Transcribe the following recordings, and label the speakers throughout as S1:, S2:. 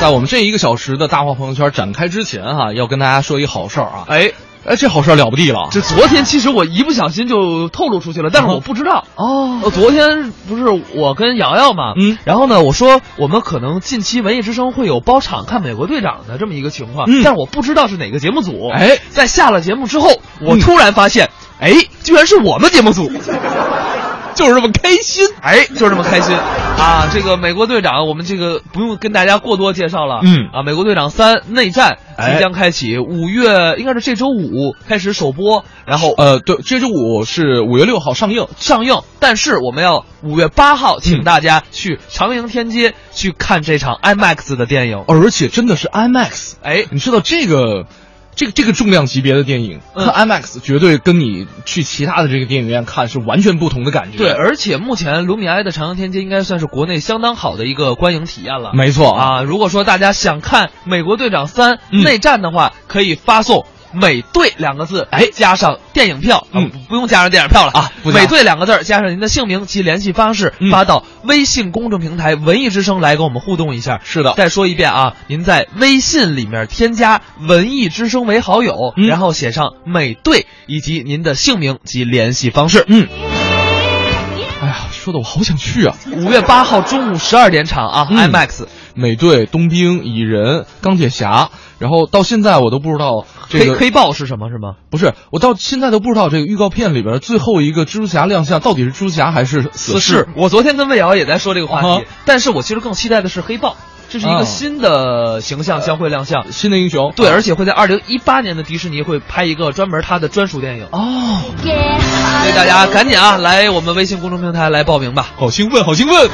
S1: 在我们这一个小时的大话朋友圈展开之前哈、要跟大家说一好事儿啊！
S2: 哎，
S1: 哎，这好事儿了不地了，
S2: 这昨天其实我一不小心就透露出去了，但是我不知道。
S1: 哦
S2: 呃，昨天不是我跟瑶瑶嘛，
S1: 嗯
S2: 然后呢，我说我们可能近期文艺之声会有包场看美国队长的这么一个情况，
S1: 嗯
S2: 但是我不知道是哪个节目组。
S1: 哎
S2: 在下了节目之后，我
S1: 嗯
S2: 突然发现，哎，居然是我们节目组。
S1: 就是这么开心。
S2: 哎，就这么开心啊！这个美国队长，我们这个不用跟大家过多介绍了。
S1: 嗯
S2: 啊，美国队长三内战
S1: 哎
S2: 即将开启，五月应该是这周五开始首播，然后
S1: 呃，对，这周五是五月六号上映，
S2: 上映。但是我们要五月八号，
S1: 嗯
S2: 请大家去长营天街去看这场 IMAX 的电影。
S1: 而且真的是 IMAX。
S2: 哎，
S1: 你知道这个，这个这个重量级别的电影，
S2: 嗯
S1: 看 IMAX 绝对跟你去其他的这个电影院看是完全不同的感觉。
S2: 对，，而且目前卢米埃的长营天街应该算是国内相当好的一个观影体验了。
S1: 没错啊，
S2: 啊，如果说大家想看《美国队长三
S1: 嗯
S2: 内战》的话，可以发送“美队”两个字，哎，加上电影票，啊
S1: 嗯
S2: 不不用加上电影票了
S1: 啊不加
S2: 美队两个字儿加上您的姓名及联系方式，
S1: 嗯
S2: 发到微信公众平台“文艺之声”来跟我们互动一下。
S1: 是的，
S2: 再说一遍啊，您在微信里面添加“文艺之声”为好友，
S1: 嗯
S2: 然后写上“美队”以及您的姓名及联系方式。
S1: 嗯。哎呀，说的我好想去啊！
S2: 五月八号中午十二点场啊、
S1: 嗯
S2: i m a x
S1: 美队、冬兵、蚁人、钢铁侠，然后到现在我都不知道这
S2: 黑
S1: 个
S2: 黑豹是什么？是吗？
S1: 不是，我到现在都不知道这个预告片里边最后一个蜘蛛侠亮相到底是蜘蛛侠还是死
S2: 死侍
S1: 侍。。
S2: 我昨天跟魏瑶也在说这个话题，
S1: 啊哈
S2: 但是我其实更期待的是黑豹，这是一
S1: 啊
S2: 个新的形象将会亮相。
S1: 新的英雄
S2: 对，
S1: 啊
S2: 而且会在二零一八年的迪士尼会拍一个专门他的专属电影，
S1: 哦，
S2: 所以大家赶紧啊来我们微信公众平台来报名吧。
S1: 好兴奋，好兴奋！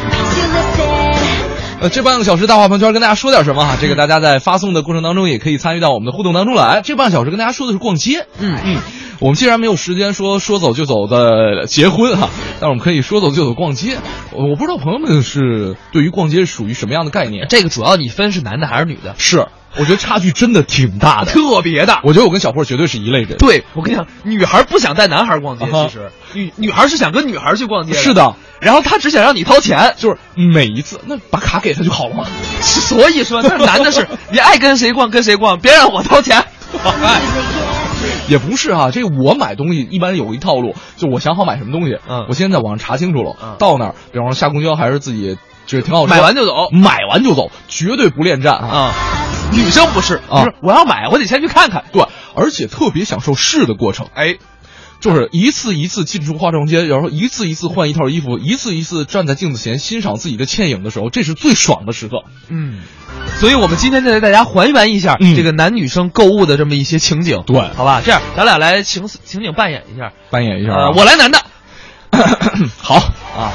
S1: 呃，这半个小时大话朋友圈跟大家说点什么哈？这个大家在发送的过程当中也可以参与到我们的互动当中来。这半小时跟大家说的是逛街，
S2: 嗯
S1: 嗯，我们既然没有时间说说走就走的结婚哈、但是我们可以说走就走逛街。我我不知道朋友们是对于逛街属于什么样的概念？
S2: 这个主要你分是男的还是女的，
S1: 是，我觉得差距真的挺大的。
S2: 特别大。
S1: 我觉得我跟小破绝对是一类人。
S2: 对，我跟你讲，女孩不想带男孩逛街，
S1: 啊哈
S2: 其实女女孩是想跟女孩去逛街，
S1: 是，的，
S2: 然后她只想让你掏钱，
S1: 就是每一次那把卡给他就好了嘛。
S2: 所以说那男的 是你爱跟谁逛跟谁逛，别让我掏钱。
S1: 也不是啊，这我买东西一般有一套路，就我想好买什么东西，
S2: 嗯
S1: 我先在网上查清楚了，
S2: 嗯
S1: 到那儿，比方说下公交还是自己，这个挺好车，
S2: 买完就走
S1: 买完就走，绝对不恋战啊。
S2: 啊、女生不是，就
S1: 啊
S2: 是我要买，我得先去看看。
S1: 对，而且特别享受试的过程，
S2: 哎，
S1: 就是一次一次进出化妆间，然后一次一次换一套衣服，一次一次站在镜子前欣赏自己的倩影的时候，这是最爽的时刻。
S2: 嗯，所以我们今天就带大家还原一下
S1: 嗯
S2: 这个男女生购物的这么一些情景。
S1: 对
S2: 好吧，这样咱俩来情情景扮演一下。
S1: 扮演一下、啊
S2: 呃，我来男的。
S1: 好
S2: 啊，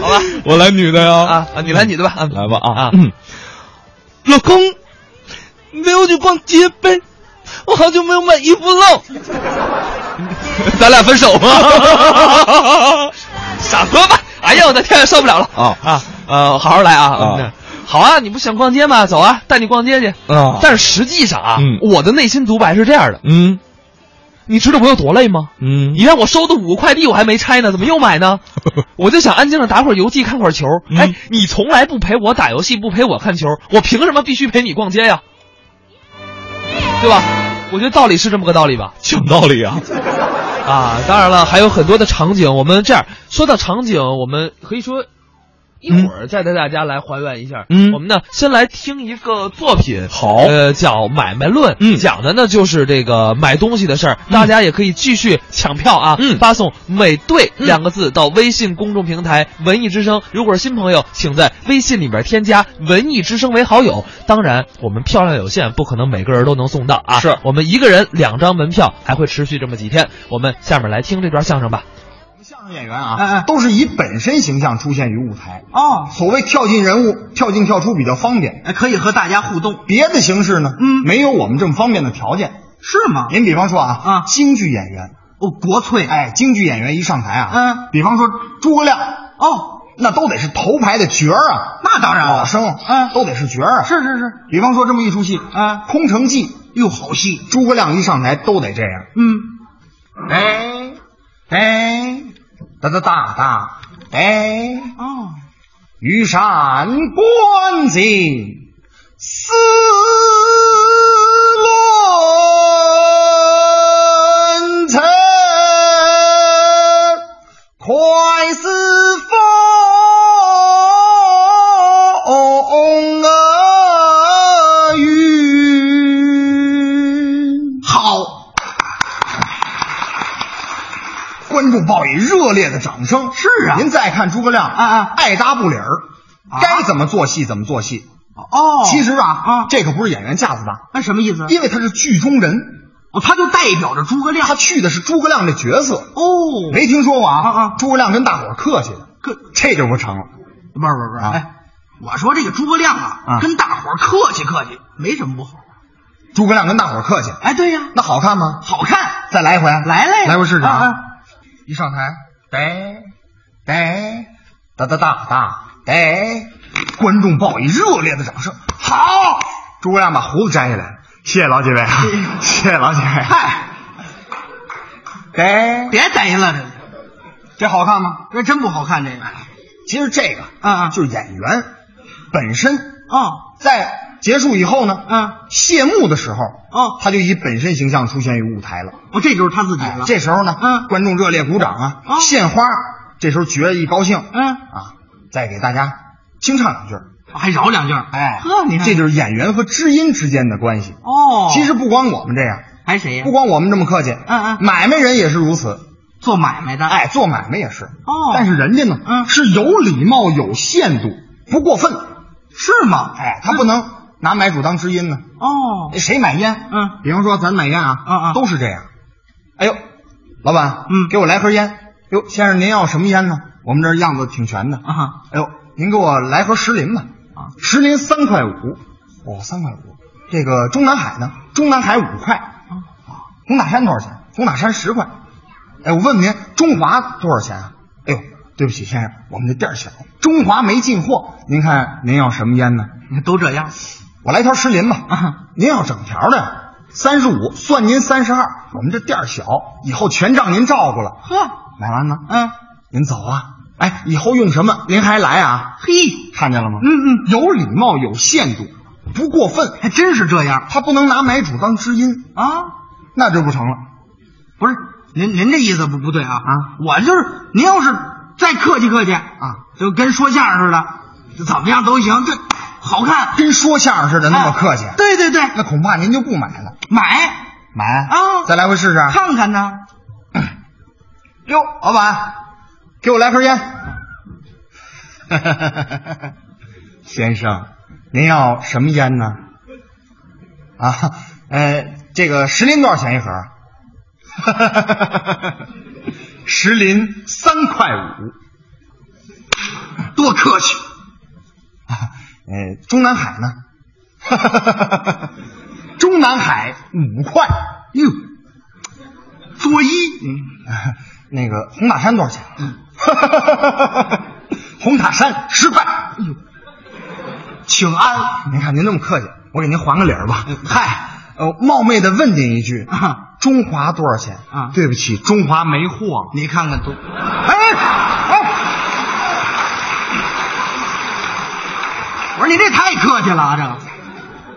S1: 好 吧，我来女的呀。
S2: 啊啊你来你的吧啊
S1: 来吧啊
S2: 啊
S1: 嗯，老公，你陪我去逛街呗，我好久没有买衣服了。
S2: 咱俩分手吧。 傻瓜吧！哎呀，我的天，受不了了。
S1: 啊
S2: 啊，呃，好好来啊。
S1: 啊
S2: 嗯好啊，你不想逛街吗？走啊，带你逛街去。
S1: 啊
S2: 但是实际上啊，
S1: 嗯
S2: 我的内心独白是这样的：
S1: 嗯
S2: 你知道我有多累吗？
S1: 嗯
S2: 你让我收的五个快递我还没拆呢，怎么又买 呢？我就想安静的打会儿游戏，看会儿球。
S1: 嗯
S2: 哎，你从来不陪我打游戏，不陪我看球，我凭什么必须陪你逛街呀？对吧？我觉得道理是这么个道理吧。
S1: 讲道理啊。
S2: 啊，当然了，还有很多的场景。我们这样说到场景，我们可以说一会儿再带大家来还原一下。
S1: 嗯
S2: 我们呢先来听一个作品，
S1: 好
S2: 呃，叫《买卖论》，
S1: 嗯
S2: 讲的呢就是这个买东西的事儿。
S1: 嗯
S2: 大家也可以继续抢票啊，
S1: 嗯
S2: 发送“美队”
S1: 嗯
S2: 两个字到微信公众平台“文艺之声”。如果是新朋友，请在微信里边添加“文艺之声”为好友。当然，我们票量有限，不可能每个人都能送到啊。
S1: 是
S2: 我们一个人两张门票，还会持续这么几天。我们下面来听这段相声吧。
S3: 相声演员啊，都是以本身形象出现于舞台哦。所谓跳进人物，跳进跳出比较方便，可以和大家互动。别的形式呢，嗯，没有我们这么方便的条件，是吗？您比方说啊，啊，京剧演员哦，国粹，哎，京剧演员一上台啊，嗯，比方说诸葛亮哦。那都得是头牌的角儿啊，那当然老生，嗯，都得是角儿啊。是是是，比方说这么一出戏，啊，《空城计》，哟，好戏！诸葛亮一上台都得这样，嗯，哎，哎，哒哒哒哒，哎，哦，羽扇纶巾丝乱尘，快似风儿雨。好。观众报以热烈的掌声。是啊，您再看诸葛亮，啊啊，爱搭不理儿，该怎么做戏怎么做戏。
S4: 啊哦，
S3: 其实啊
S4: 啊
S3: 这可不是演员架子大，
S4: 那什么意思？
S3: 因为他是剧中人，
S4: 哦，他就代表着诸葛亮。
S3: 他去的是诸葛亮这角色。
S4: 哦，
S3: 没听说过啊
S4: 啊啊
S3: 诸葛亮跟大伙儿客气的，
S4: 跟
S3: 这就不成了。
S4: 不是不是不是，
S3: 啊
S4: 哎，我说这个诸葛亮啊，
S3: 啊
S4: 跟大伙儿客气客气，没什么不好。
S3: 诸葛亮跟大伙儿客气，
S4: 哎，对呀、
S3: 那好看吗？
S4: 好看，
S3: 再来一回，
S4: 来了呀，
S3: 来回试试
S4: 啊啊！
S3: 一上台，得得哒哒哒哒得，观众报以热烈的掌声。好，诸葛亮把胡子摘下来，谢谢老几位，啊谢谢老几位。
S4: 哎
S3: 啊
S4: 嗨，
S3: 得，
S4: 别逮了，这个
S3: 这好看吗？
S4: 这真不好看，这个
S3: 其实这个
S4: 啊啊
S3: 就是演员本身
S4: 哦
S3: 在结束以后呢，
S4: 啊
S3: 谢幕的时候，
S4: 哦，
S3: 他就以本身形象出现于舞台了。
S4: 我这就是他自己
S3: 哎
S4: 了。
S3: 这时候呢，
S4: 嗯
S3: 观众热烈鼓掌啊，
S4: 哦
S3: 献花。这时候觉一高兴，
S4: 嗯，
S3: 啊，再给大家清唱两句儿。
S4: 还饶两句儿，
S3: 哎，
S4: 呵，你看
S3: 这就是演员和知音之间的关系。
S4: 哦，
S3: 其实不光我们这样，
S4: 还谁呀
S3: 不？光我们这么客气，
S4: 嗯嗯
S3: 买卖人也是如此，
S4: 做买卖的，，
S3: 哎，做买卖也是。
S4: 哦
S3: 但是人家呢，
S4: 嗯
S3: 是有礼貌、有限度，不过分。
S4: 是吗？
S3: 哎，他不能拿买主当知音呢。
S4: 哦，
S3: 谁买烟？
S4: 嗯，
S3: 比方说咱买烟啊，
S4: 嗯嗯
S3: 都是这样。哎呦，老板，
S4: 嗯
S3: 给我来盒烟。哟，先生您要什么烟呢？我们这儿样子挺全的
S4: 啊哈，
S3: 哎呦，您给我来盒石林吧。
S4: 啊，
S3: 石林三块五。哦，三块五。这个中南海呢？中南海五块。啊，红塔山多少钱？红塔山十块。哎，我问您，中华多少钱啊？哎呦，对不起，先生，我们这店儿小，中华没进货。您看您要什么烟呢？
S4: 你看都这样，
S3: 我来条石林吧。
S4: 啊
S3: 您要整条的呀，三十五，算您三十二。我们这店儿小，以后全仗您照顾了。
S4: 呵，
S3: 买完呢，
S4: 嗯，
S3: 您走啊。哎，以后用什么您还来啊？
S4: 嘿，
S3: 看见了吗？
S4: 嗯嗯，
S3: 有礼貌，有限度，不过分。
S4: 还真是这样
S3: 他不能拿买主当知音，
S4: 啊！
S3: 那就不成了。
S4: 不是，您您这意思不不对啊啊！我就是您要是再客气客气啊，就跟说相声似的，就怎么样都行，这好看，
S3: 跟说相声似的那么客气，
S4: 哎对对对，
S3: 那恐怕您就不买了。
S4: 买
S3: 买
S4: 啊
S3: 再来回试试。
S4: 看看呢，
S3: 哟，老板，给我来盒烟。 先生，您要什么烟呢？啊，呃，这个石林多少钱一盒？ 石林三块五。
S4: 多客 气，
S3: 呃，中南海呢？ 中南海五块。
S4: 哟，作揖，嗯，
S3: 那个红塔山多少钱？嗯 红塔山十块。哎
S4: 请安，
S3: 您看您那么客气，我给您还个礼儿吧。
S4: 嗨，
S3: 呃，冒昧的问您一句，
S4: 嗯啊
S3: 中华多少钱？
S4: 啊
S3: 对不起，中华没货了。
S4: 你看看都，
S3: 哎哎，
S4: 我说你这太客气了啊，这个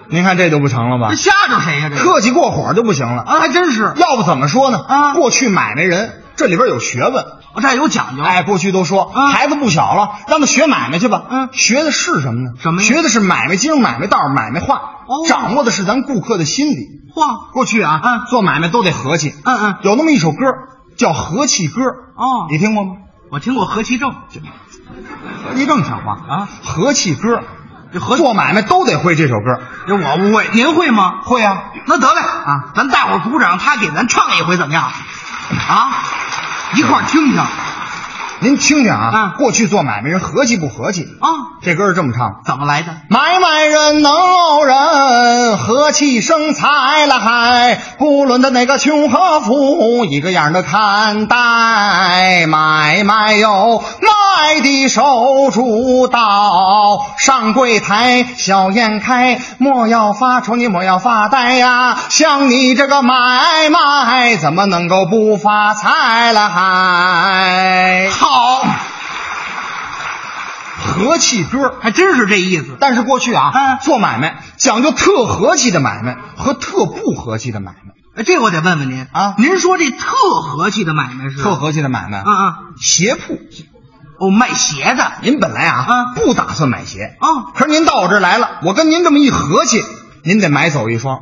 S3: 您看这就不成了吧
S4: 这？吓着谁呀、这个
S3: 客气过火就不行了。
S4: 啊，还真是，
S3: 要不怎么说呢？
S4: 啊
S3: 过去买卖人这里边有学问。
S4: 我这有讲究，
S3: 哎，过去都说、
S4: 啊
S3: 孩子不小了，让他学买卖去吧。
S4: 嗯
S3: 学的是什么呢？
S4: 什么呀
S3: 学的是买卖经、买卖道、买卖话，
S4: 哦
S3: 掌握的是咱顾客的心理。
S4: 嚯，
S3: 过去啊，
S4: 嗯
S3: 做买卖都得和气。
S4: 嗯嗯
S3: 有那么一首歌叫《和气歌》，
S4: 哦
S3: 你听过吗？
S4: 我听过和气症，
S3: 一正讲话
S4: 啊，
S3: 和气歌，
S4: 这和
S3: 做买卖都得会这首歌。
S4: 这我不会，您会吗？
S3: 会啊，
S4: 那得嘞啊，咱大伙儿鼓掌，他给咱唱一回怎么样？啊，一块儿听听啊，
S3: 您听听啊，
S4: 啊哦
S3: 过去做买卖人和气不和气？这歌是这么唱的。
S4: 怎么来的？
S3: 买卖人能傲人，和气生财了还，不论他哪个穷和富，一个样的看待。买卖有卖的手主导，上柜台小宴开，莫要发愁，你莫要发呆呀、像你这个买卖，怎么能够不发财了还？
S4: 好，
S3: 和气歌。
S4: 还真是这意思。
S3: 但是过去啊，
S4: 啊
S3: 做买卖讲究特和气的买卖和特不和气的买卖。
S4: 哎这我得问问您
S3: 啊
S4: 您说这特和气的买卖是
S3: 特和气的买卖，
S4: 啊啊
S3: 鞋铺。
S4: 哦，卖鞋的
S3: 您本来啊
S4: 啊
S3: 不打算买鞋
S4: 哦
S3: 可是您到我这儿来了，我跟您这么一和气，您得买走一双，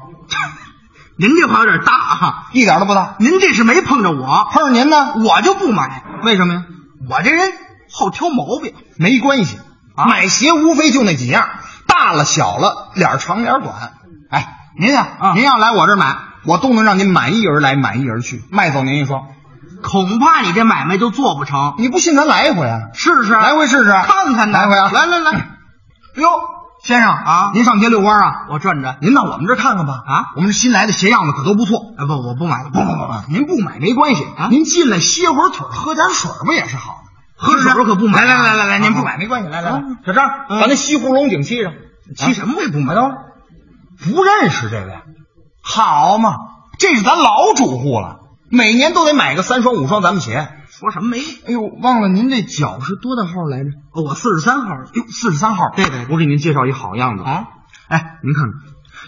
S4: 您这话有点大哈、
S3: 一点都不大。
S4: 您这是没碰着我，
S3: 碰上您呢，
S4: 我就不买。
S3: 为什么呀？
S4: 我这人好挑毛病，
S3: 没关系，买鞋无非就那几样，大了小了，脸儿长脸儿短。哎，您呀、
S4: 啊
S3: 您要来我这儿买，我都能让您满意而来，满意而去，卖走您一双。
S4: 恐怕你这买卖就做不成。
S3: 你不信，咱来一回啊，
S4: 试试，
S3: 来回试试，
S4: 看看呢。
S3: 来回啊，
S4: 来来来，哎呦，
S3: 先生
S4: 啊
S3: 您上街遛弯儿啊？
S4: 我转着。
S3: 您到我们这儿看看吧。
S4: 啊
S3: 我们这新来的鞋样子可都不错。
S4: 哎不，我不买了，
S3: 不不不不，您不买哎没关系
S4: 啊
S3: 您进来歇会儿腿儿，喝点水儿不也是好的？
S4: 喝水我可不买
S3: 来来来来来，您
S4: 啊
S3: 不买没关系。来来来
S4: 嗯，
S3: 小张，
S4: 嗯
S3: 把那西湖龙井沏上。
S4: 骑什么我也不买。
S3: 等会儿啊不认识这位，好嘛，这是咱老主顾了，每年都得买个三双五双咱们鞋。
S4: 说什么没？
S3: 哎呦，忘了您这脚是多大号来着？
S4: 哦我四十三号，
S3: 哟，四十三号。
S4: 对对对
S3: 我给您介绍一好样子
S4: 啊！
S3: 哎，您看看，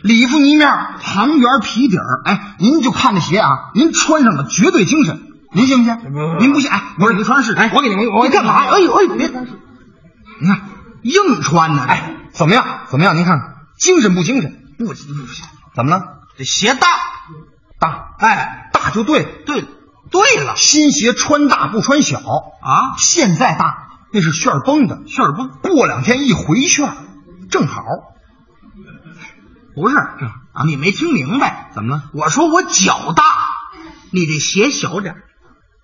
S3: 里布呢面，糖圆皮底儿。哎，您就看这鞋啊，您穿上了绝对精神。您信不信？您不信？哎，不是您穿试试。哎，我给你，我
S4: 你干嘛？哎
S3: 哎呦，
S4: 呦哎呦，别，
S3: 您看，
S4: 硬穿呢。
S3: 哎，，怎么样？怎么样？您看看，精神不精神？
S4: 不不行，
S3: 怎么了？
S4: 这鞋大。
S3: 大
S4: 哎，
S3: 大就对了。
S4: 对了对了
S3: 新鞋穿大不穿小，
S4: 啊，
S3: 现在大那是旋儿绷的，
S4: 旋儿绷
S3: 过两天一回旋儿，正 好。
S4: 不是啊，你没听明白？
S3: 嗯怎么了？
S4: 我说我脚大，你这鞋小点儿。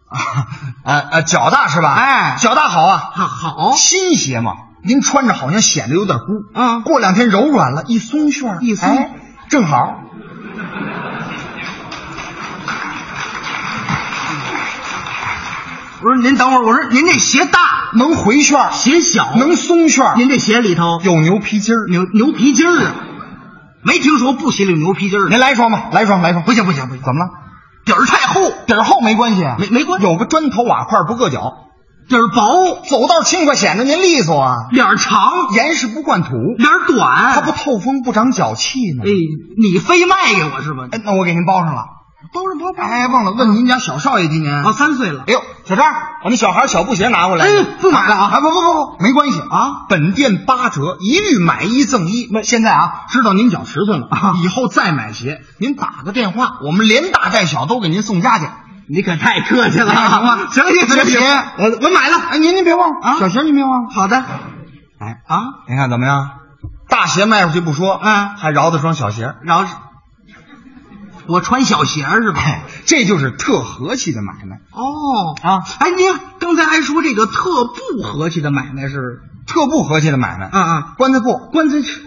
S3: 啊啊啊！脚大是吧？
S4: 哎
S3: 脚大好啊，
S4: 啊好
S3: 新鞋嘛，您穿着好像显得有点孤。
S4: 嗯
S3: 过两天柔软了，一松旋儿，
S4: 一松
S3: 哎，正好。
S4: 不是您等会儿，我说您这鞋大，
S3: 能回旋儿，
S4: 鞋小，
S3: 能松旋儿，
S4: 您这鞋里头
S3: 有牛皮筋儿。
S4: 牛牛皮筋儿啊，没听说不鞋里有牛皮筋儿的
S3: 您，来一双吧，来一双，来一双。
S4: 不行不行不行
S3: 怎么了？
S4: 底儿太厚，
S3: 底儿厚没关系啊，
S4: 没没关系
S3: 有个砖头瓦块不硌脚，
S4: 底儿薄，
S3: 走道轻快，显得您利索啊。
S4: 脸儿长，
S3: 严实不灌土，
S4: 脸儿短，
S3: 它不透风不长脚气呢
S4: 哎。，你非卖给我是吧？
S3: 哎，那我给您包上了。
S4: 包上包
S3: 哎，忘了问您家小少爷今年？
S4: 啊，三岁了
S3: 哎，呦，小张，把那小孩小布鞋拿过来。
S4: 哎不买了啊
S3: 哎，不不不不，没关系啊，本店八折，一律买一赠一。啊现在啊，知道您脚迟钝了，以后再买鞋，您打个电话，我们连大带小都给您送家去。
S4: 你可太客气了，
S3: 哎行吧
S4: 行行
S3: 这
S4: 行
S3: 鞋
S4: 行，我我买了，
S3: 哎，您您别忘了
S4: 啊
S3: 小鞋您别忘了。
S4: 好的，
S3: 哎，
S4: 啊，
S3: 您看怎么样？大鞋卖出去不说，
S4: 嗯
S3: 还饶得双小鞋。
S4: 然后我穿小鞋儿是吧？
S3: 哎，这就是特和气的买卖。
S4: 哦
S3: 啊
S4: 哎，您刚才还说这个特不和气的买卖是，
S3: 特不和气的买卖。
S4: 嗯嗯，
S3: 棺材铺
S4: 关键是，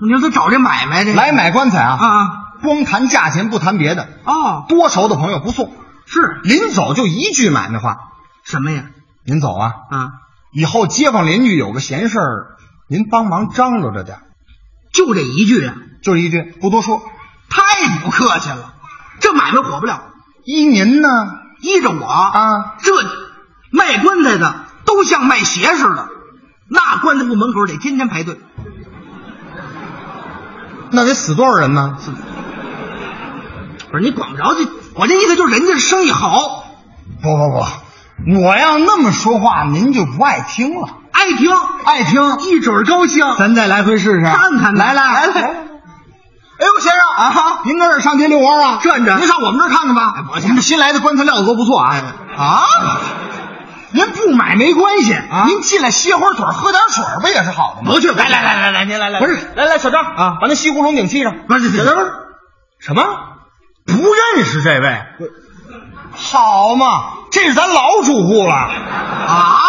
S4: 你说他找这买卖这个
S3: 来买棺材啊，
S4: 啊啊
S3: 光谈价钱不谈别的，
S4: 哦，
S3: 多熟的朋友不送，
S4: 是
S3: 临走就一句买卖话：
S4: 什么呀？
S3: 您走啊，
S4: 啊，
S3: 以后街坊邻居有个闲事儿，您帮忙张罗着点儿，
S4: 就这一句啊，
S3: 就是一句，不多说。
S4: 太不客气了，这买卖火不了。
S3: 依您呢？
S4: 依着我
S3: 啊，
S4: 这卖棺材的都像卖鞋似的，那棺材铺门口得天天排队。
S3: 那得死多少人呢？
S4: 不是你管不着这，我这意思就是人家生意好，
S3: 不不不，我要那么说话，您就不爱听了。
S4: 爱听
S3: 爱听，
S4: 一准儿高兴。
S3: 咱再来回试试，
S4: 看看呢
S3: 啊来来
S4: 来来
S3: 哎呦，先生
S4: 啊
S3: 您跟这儿上街遛弯啊？
S4: 转着
S3: 您上我们这儿看看吧。
S4: 哎不
S3: 我
S4: 是
S3: 们这新来的棺材料子都不错啊。啊，您不买没关系啊您进来歇会儿腿儿，喝点水儿不也
S4: 哎
S3: 是好的吗？
S4: 不去不去
S3: 来来来来来，您来来，
S4: 不是
S3: 来来小张
S4: 啊
S3: 把那西湖龙井沏上。
S4: 不是不是
S3: 不是什么？不认识这位？好嘛，这是咱老主顾了，
S4: 啊，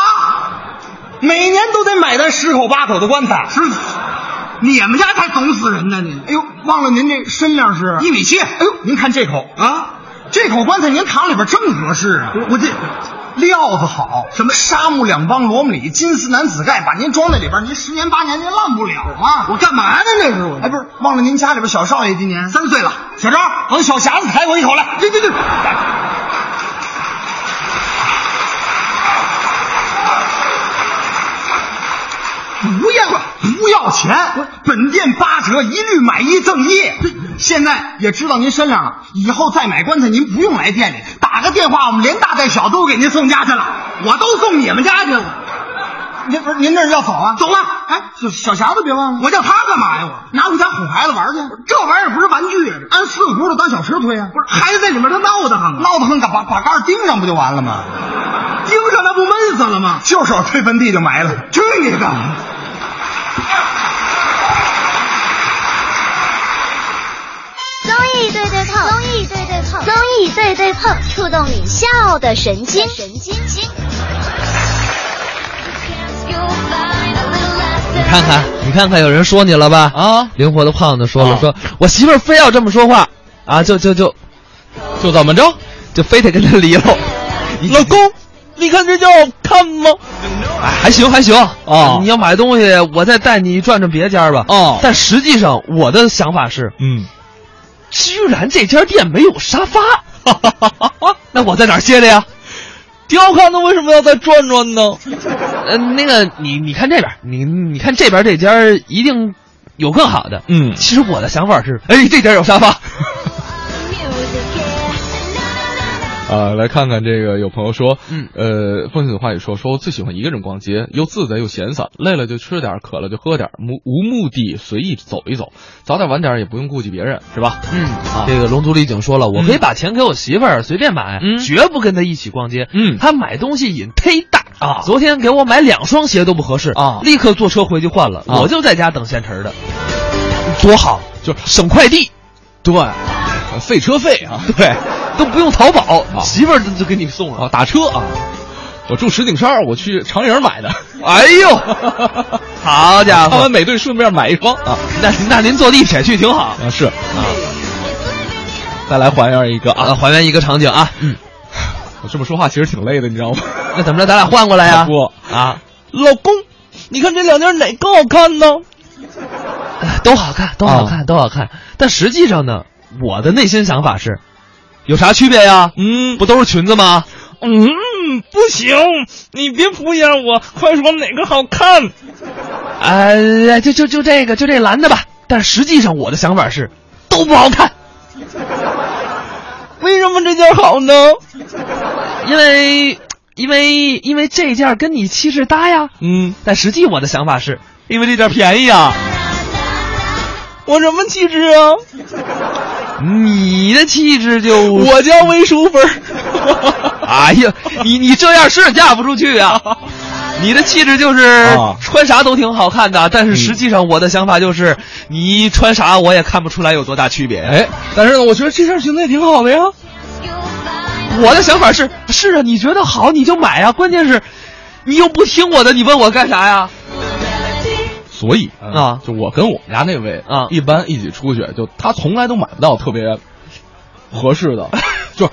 S3: 每年都得买咱十口八口的棺材。
S4: 是你们家才总死人呢，你
S3: 哎呦，忘了您这身量是
S4: 一米七。
S3: 哎呦，您看这口
S4: 啊，
S3: 这口棺材您扛里边正合适啊！
S4: 我这
S3: 料子好，什么沙木两帮罗木里，金丝南子盖，把您装在里边，您十年八年您烂不了啊！
S4: 我干嘛呢？这是我
S3: 哎，不是，忘了您家里边小少爷今年
S4: 三岁了，
S3: 小张，往小匣子抬我一口来。
S4: 对对对，不要
S3: 不要钱，本店八折，一律买一赠一。现在也知道您身上了，以后再买棺材您不用来店里，打个电话，我们连大带小都给您送家去了，我都送你们家去了。您不是您这是要走啊？
S4: 走啊！
S3: 哎，小小匣子别忘了，
S4: 我叫他干嘛呀？我
S3: 拿回家哄孩子玩去。
S4: 这玩意儿不是玩具啊，
S3: 按四个轱辘当小吃推啊！
S4: 不是孩子在里面他闹得啊很，
S3: 闹腾，把把盖儿钉上不就完了吗？
S4: 盯上他不闷死了吗？
S3: 就手推坟地就埋了。
S4: 去你的！
S5: 综艺对对碰，综艺对对碰，综艺对对碰，触动你笑的神经，神经经。
S2: 你看看，你看看，有人说你了吧？
S1: 啊，
S2: 灵活的胖子说了，
S1: 啊
S2: 说我媳妇儿非要这么说话啊，就就就
S1: 就怎么着？
S2: 就非得跟他离了。你
S1: 老公，你看这叫好看吗？
S2: 哎还行还行
S1: 哦
S2: 你要买东西，我再带你转转别家吧。
S1: 哦
S2: 但实际上我的想法是，
S1: 嗯，
S2: 居然这家店没有沙发，那我在哪儿歇着呀？
S1: 挺好看的，为什么要再转转呢？
S2: 呃，那个你你看这边，你你看这边这家一定有更好的。
S1: 嗯
S2: 其实我的想法是，哎，这家有沙发。
S1: 啊，来看看这个，有朋友说，
S2: 嗯
S1: 呃，凤姐的话语说，说我最喜欢一个人逛街，又自在又闲散，累了就吃点儿，渴了就喝点儿，无无目的随意走一走，早点晚点儿也不用顾及别人，是吧？
S2: 嗯
S1: 啊，
S2: 这个龙嗯族丽景说了，我可以把钱给我媳妇儿随便买，
S1: 嗯
S2: 绝不跟她一起逛街。
S1: 嗯
S2: 她买东西瘾忒大
S1: 啊
S2: 昨天给我买两双鞋都不合适
S1: 啊
S2: 立刻坐车回去换了，
S1: 啊
S2: 我就在家等现成的，多好，
S1: 就是
S2: 省快递，
S1: 对，费车费啊，
S2: 对，都不用淘宝，
S1: 啊
S2: 媳妇儿就就给你送
S1: 啊，
S2: 了。
S1: 打车啊，我住石景山，我去长营买的，
S2: 哎呦， 好家
S1: 看
S2: 伙
S1: 完，美队顺便买一双啊
S2: 那那您坐地铁去挺好
S1: 啊是啊，再来还原一个啊，
S2: 啊，还原一个场景啊，嗯，
S1: 我这么说话其实挺累的，你知道吗？
S2: 那怎么着，咱俩换过来呀、
S1: 不
S2: 啊，
S1: 老公，你看这两件哪更好看呢？ 哦
S2: 都好看，都好看，都好看。但实际上呢，我的内心想法是，有啥区别呀？
S1: 嗯
S2: 不都是裙子吗？
S1: 嗯，不行，你别敷衍我，快说哪个好看？
S2: 哎，就就就这个，就这蓝的吧。但实际上我的想法是，都不好看，
S1: 为什么这件好呢？
S2: 因为因为因为这件跟你气质搭呀。
S1: 嗯，
S2: 但实际我的想法是，因为这件便宜啊。
S1: 我什么气质啊？
S2: 你的气质就
S1: 我家魏淑芬儿。
S2: 哎呀，你你这样是嫁不出去 啊！你的气质就是
S1: 啊嗯
S2: 穿啥都挺好看的，但是实际上我的想法就是，你穿啥我也看不出来有多大区别。啊哦
S1: 哎，但是呢，我觉得这件裙子也挺好的呀。
S2: 我的想法是，是啊，你觉得好你就买啊，关键是，你又不听我的，你问我干啥呀？
S1: 所以
S2: 啊
S1: 就我跟我们家那位
S2: 啊
S1: 一般一起出去，就他从来都买不到特别合适 的，就是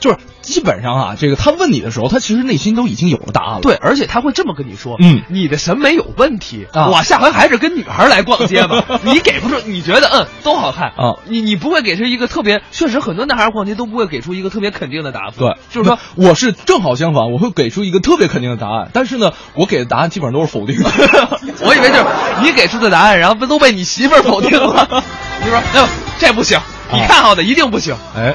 S1: 就是基本上啊，这个他问你的时候，他其实内心都已经有了答案了。
S2: 对，而且他会这么跟你说，
S1: 嗯
S2: 你的审美有问题，
S1: 啊
S2: 我下回还是跟女孩来逛街吧。 你给不出，你觉得嗯都好看
S1: 啊
S2: 你你不会给出一个特别，确实很多男孩逛街都不会给出一个特别肯定的答复，
S1: 对，
S2: 就是说。
S1: 我是正好相反，我会给出一个特别肯定的答案，但是呢，我给的答案基本上都是否定 的。
S2: 我以为就是你给出的答案，然后不都被你媳妇儿否定了。 你说，哎呦，这不行，你
S1: 啊
S2: 看好的一定不行。
S1: 哎，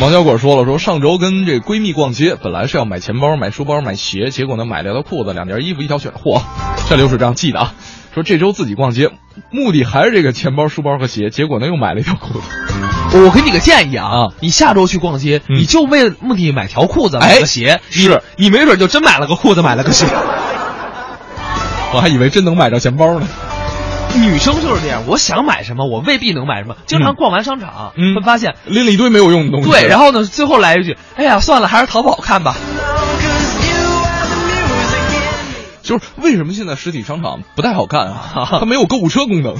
S1: 王小果说了，说上周跟这闺蜜逛街，本来是要买钱包、买书包、买鞋，结果呢买了条裤子、两件衣服、一条选货。这流水账记的啊。说这周自己逛街，目的还是这个钱包、书包和鞋，结果呢又买了一条裤子。
S2: 我给你个建议啊
S1: 啊，
S2: 你下周去逛街，
S1: 嗯
S2: 你就为目的买条裤子、
S1: 哎
S2: 买个鞋，你
S1: 是
S2: 你没准就真买了个裤子，买了个鞋。
S1: 我还以为真能买着钱包呢。
S2: 女生就是这样，我想买什么，我未必能买什么。经常逛完商场，
S1: 嗯
S2: 会发现，
S1: 拎了一堆没有用的东西。
S2: 对，然
S1: 后
S2: 后呢，最后来一句，哎呀，算了，还是淘宝看吧。
S1: 就是为什么现在实体商场不太好干啊？它没有购物车功能。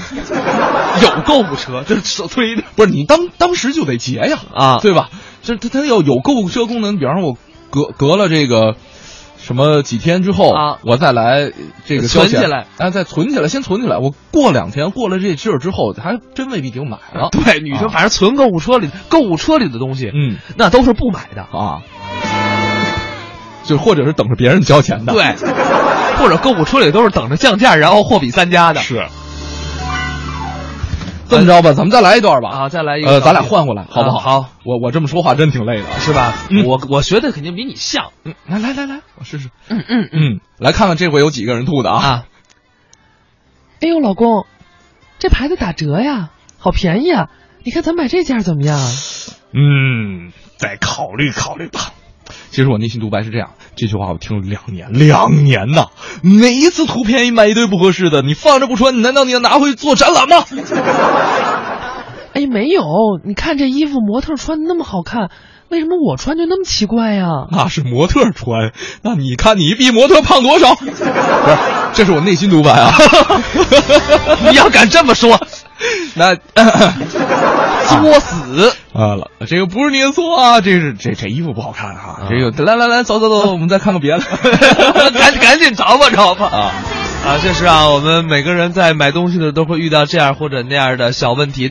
S2: 有购物车，这是手推的。
S1: 不是你当当时就得结呀
S2: 啊
S1: 对吧？这它它要有购物车功能，比方说我隔隔了这个什么几天之后
S2: 啊
S1: 我再来这个
S2: 存
S1: 交钱
S2: 起来，
S1: 哎，再存起来，先存起来。我过两天过了这劲儿之后，还真未必就买了。
S2: 对，女生
S1: 啊
S2: 反正存购物车里，购物车里的东西，
S1: 嗯
S2: 那都是不买的。
S1: 啊，就或者是等着别人交钱的。
S2: 对，或者购物车里都是等着降价，然后货比三家的。
S1: 是。这么着吧，咱们再来一段吧。
S2: 啊再来一个
S1: 呃，
S2: 小
S1: 咱俩
S2: 品
S1: 换回来，好不好？
S2: 啊好，
S1: 我我这么说话真挺累的。
S2: 是吧？
S1: 嗯
S2: 我我学的肯定比你像。
S1: 嗯，来来来来，我试试。嗯嗯嗯，来看看这回有几个人吐的啊？
S2: 啊。哎呦，老公，这牌子打折呀，好便宜啊！你看咱买这件怎么样啊？
S1: 嗯，再考虑考虑吧。其实我内心独白是这样，这句话我听了两年，两年呐，每一次图便宜买一堆不合适的，你放着不穿，你难道你要拿回去做展览吗？
S2: 哎，没有，你看这衣服模特穿的那么好看，为什么我穿就那么奇怪呀、
S1: 那是模特穿，那你看你比模特胖多少？不是，这是我内心独白 啊！
S2: 你要敢这么说，
S1: 那
S2: 作 死！
S1: 啊了，这个不是你的错啊，这是这这衣服不好看啊，这个来来来，走走走，我们再看个别的，
S2: 赶赶紧找吧找吧
S1: 啊。
S2: 啊！这是啊，我们每个人在买东西的时候都会遇到这样或者那样的小问题。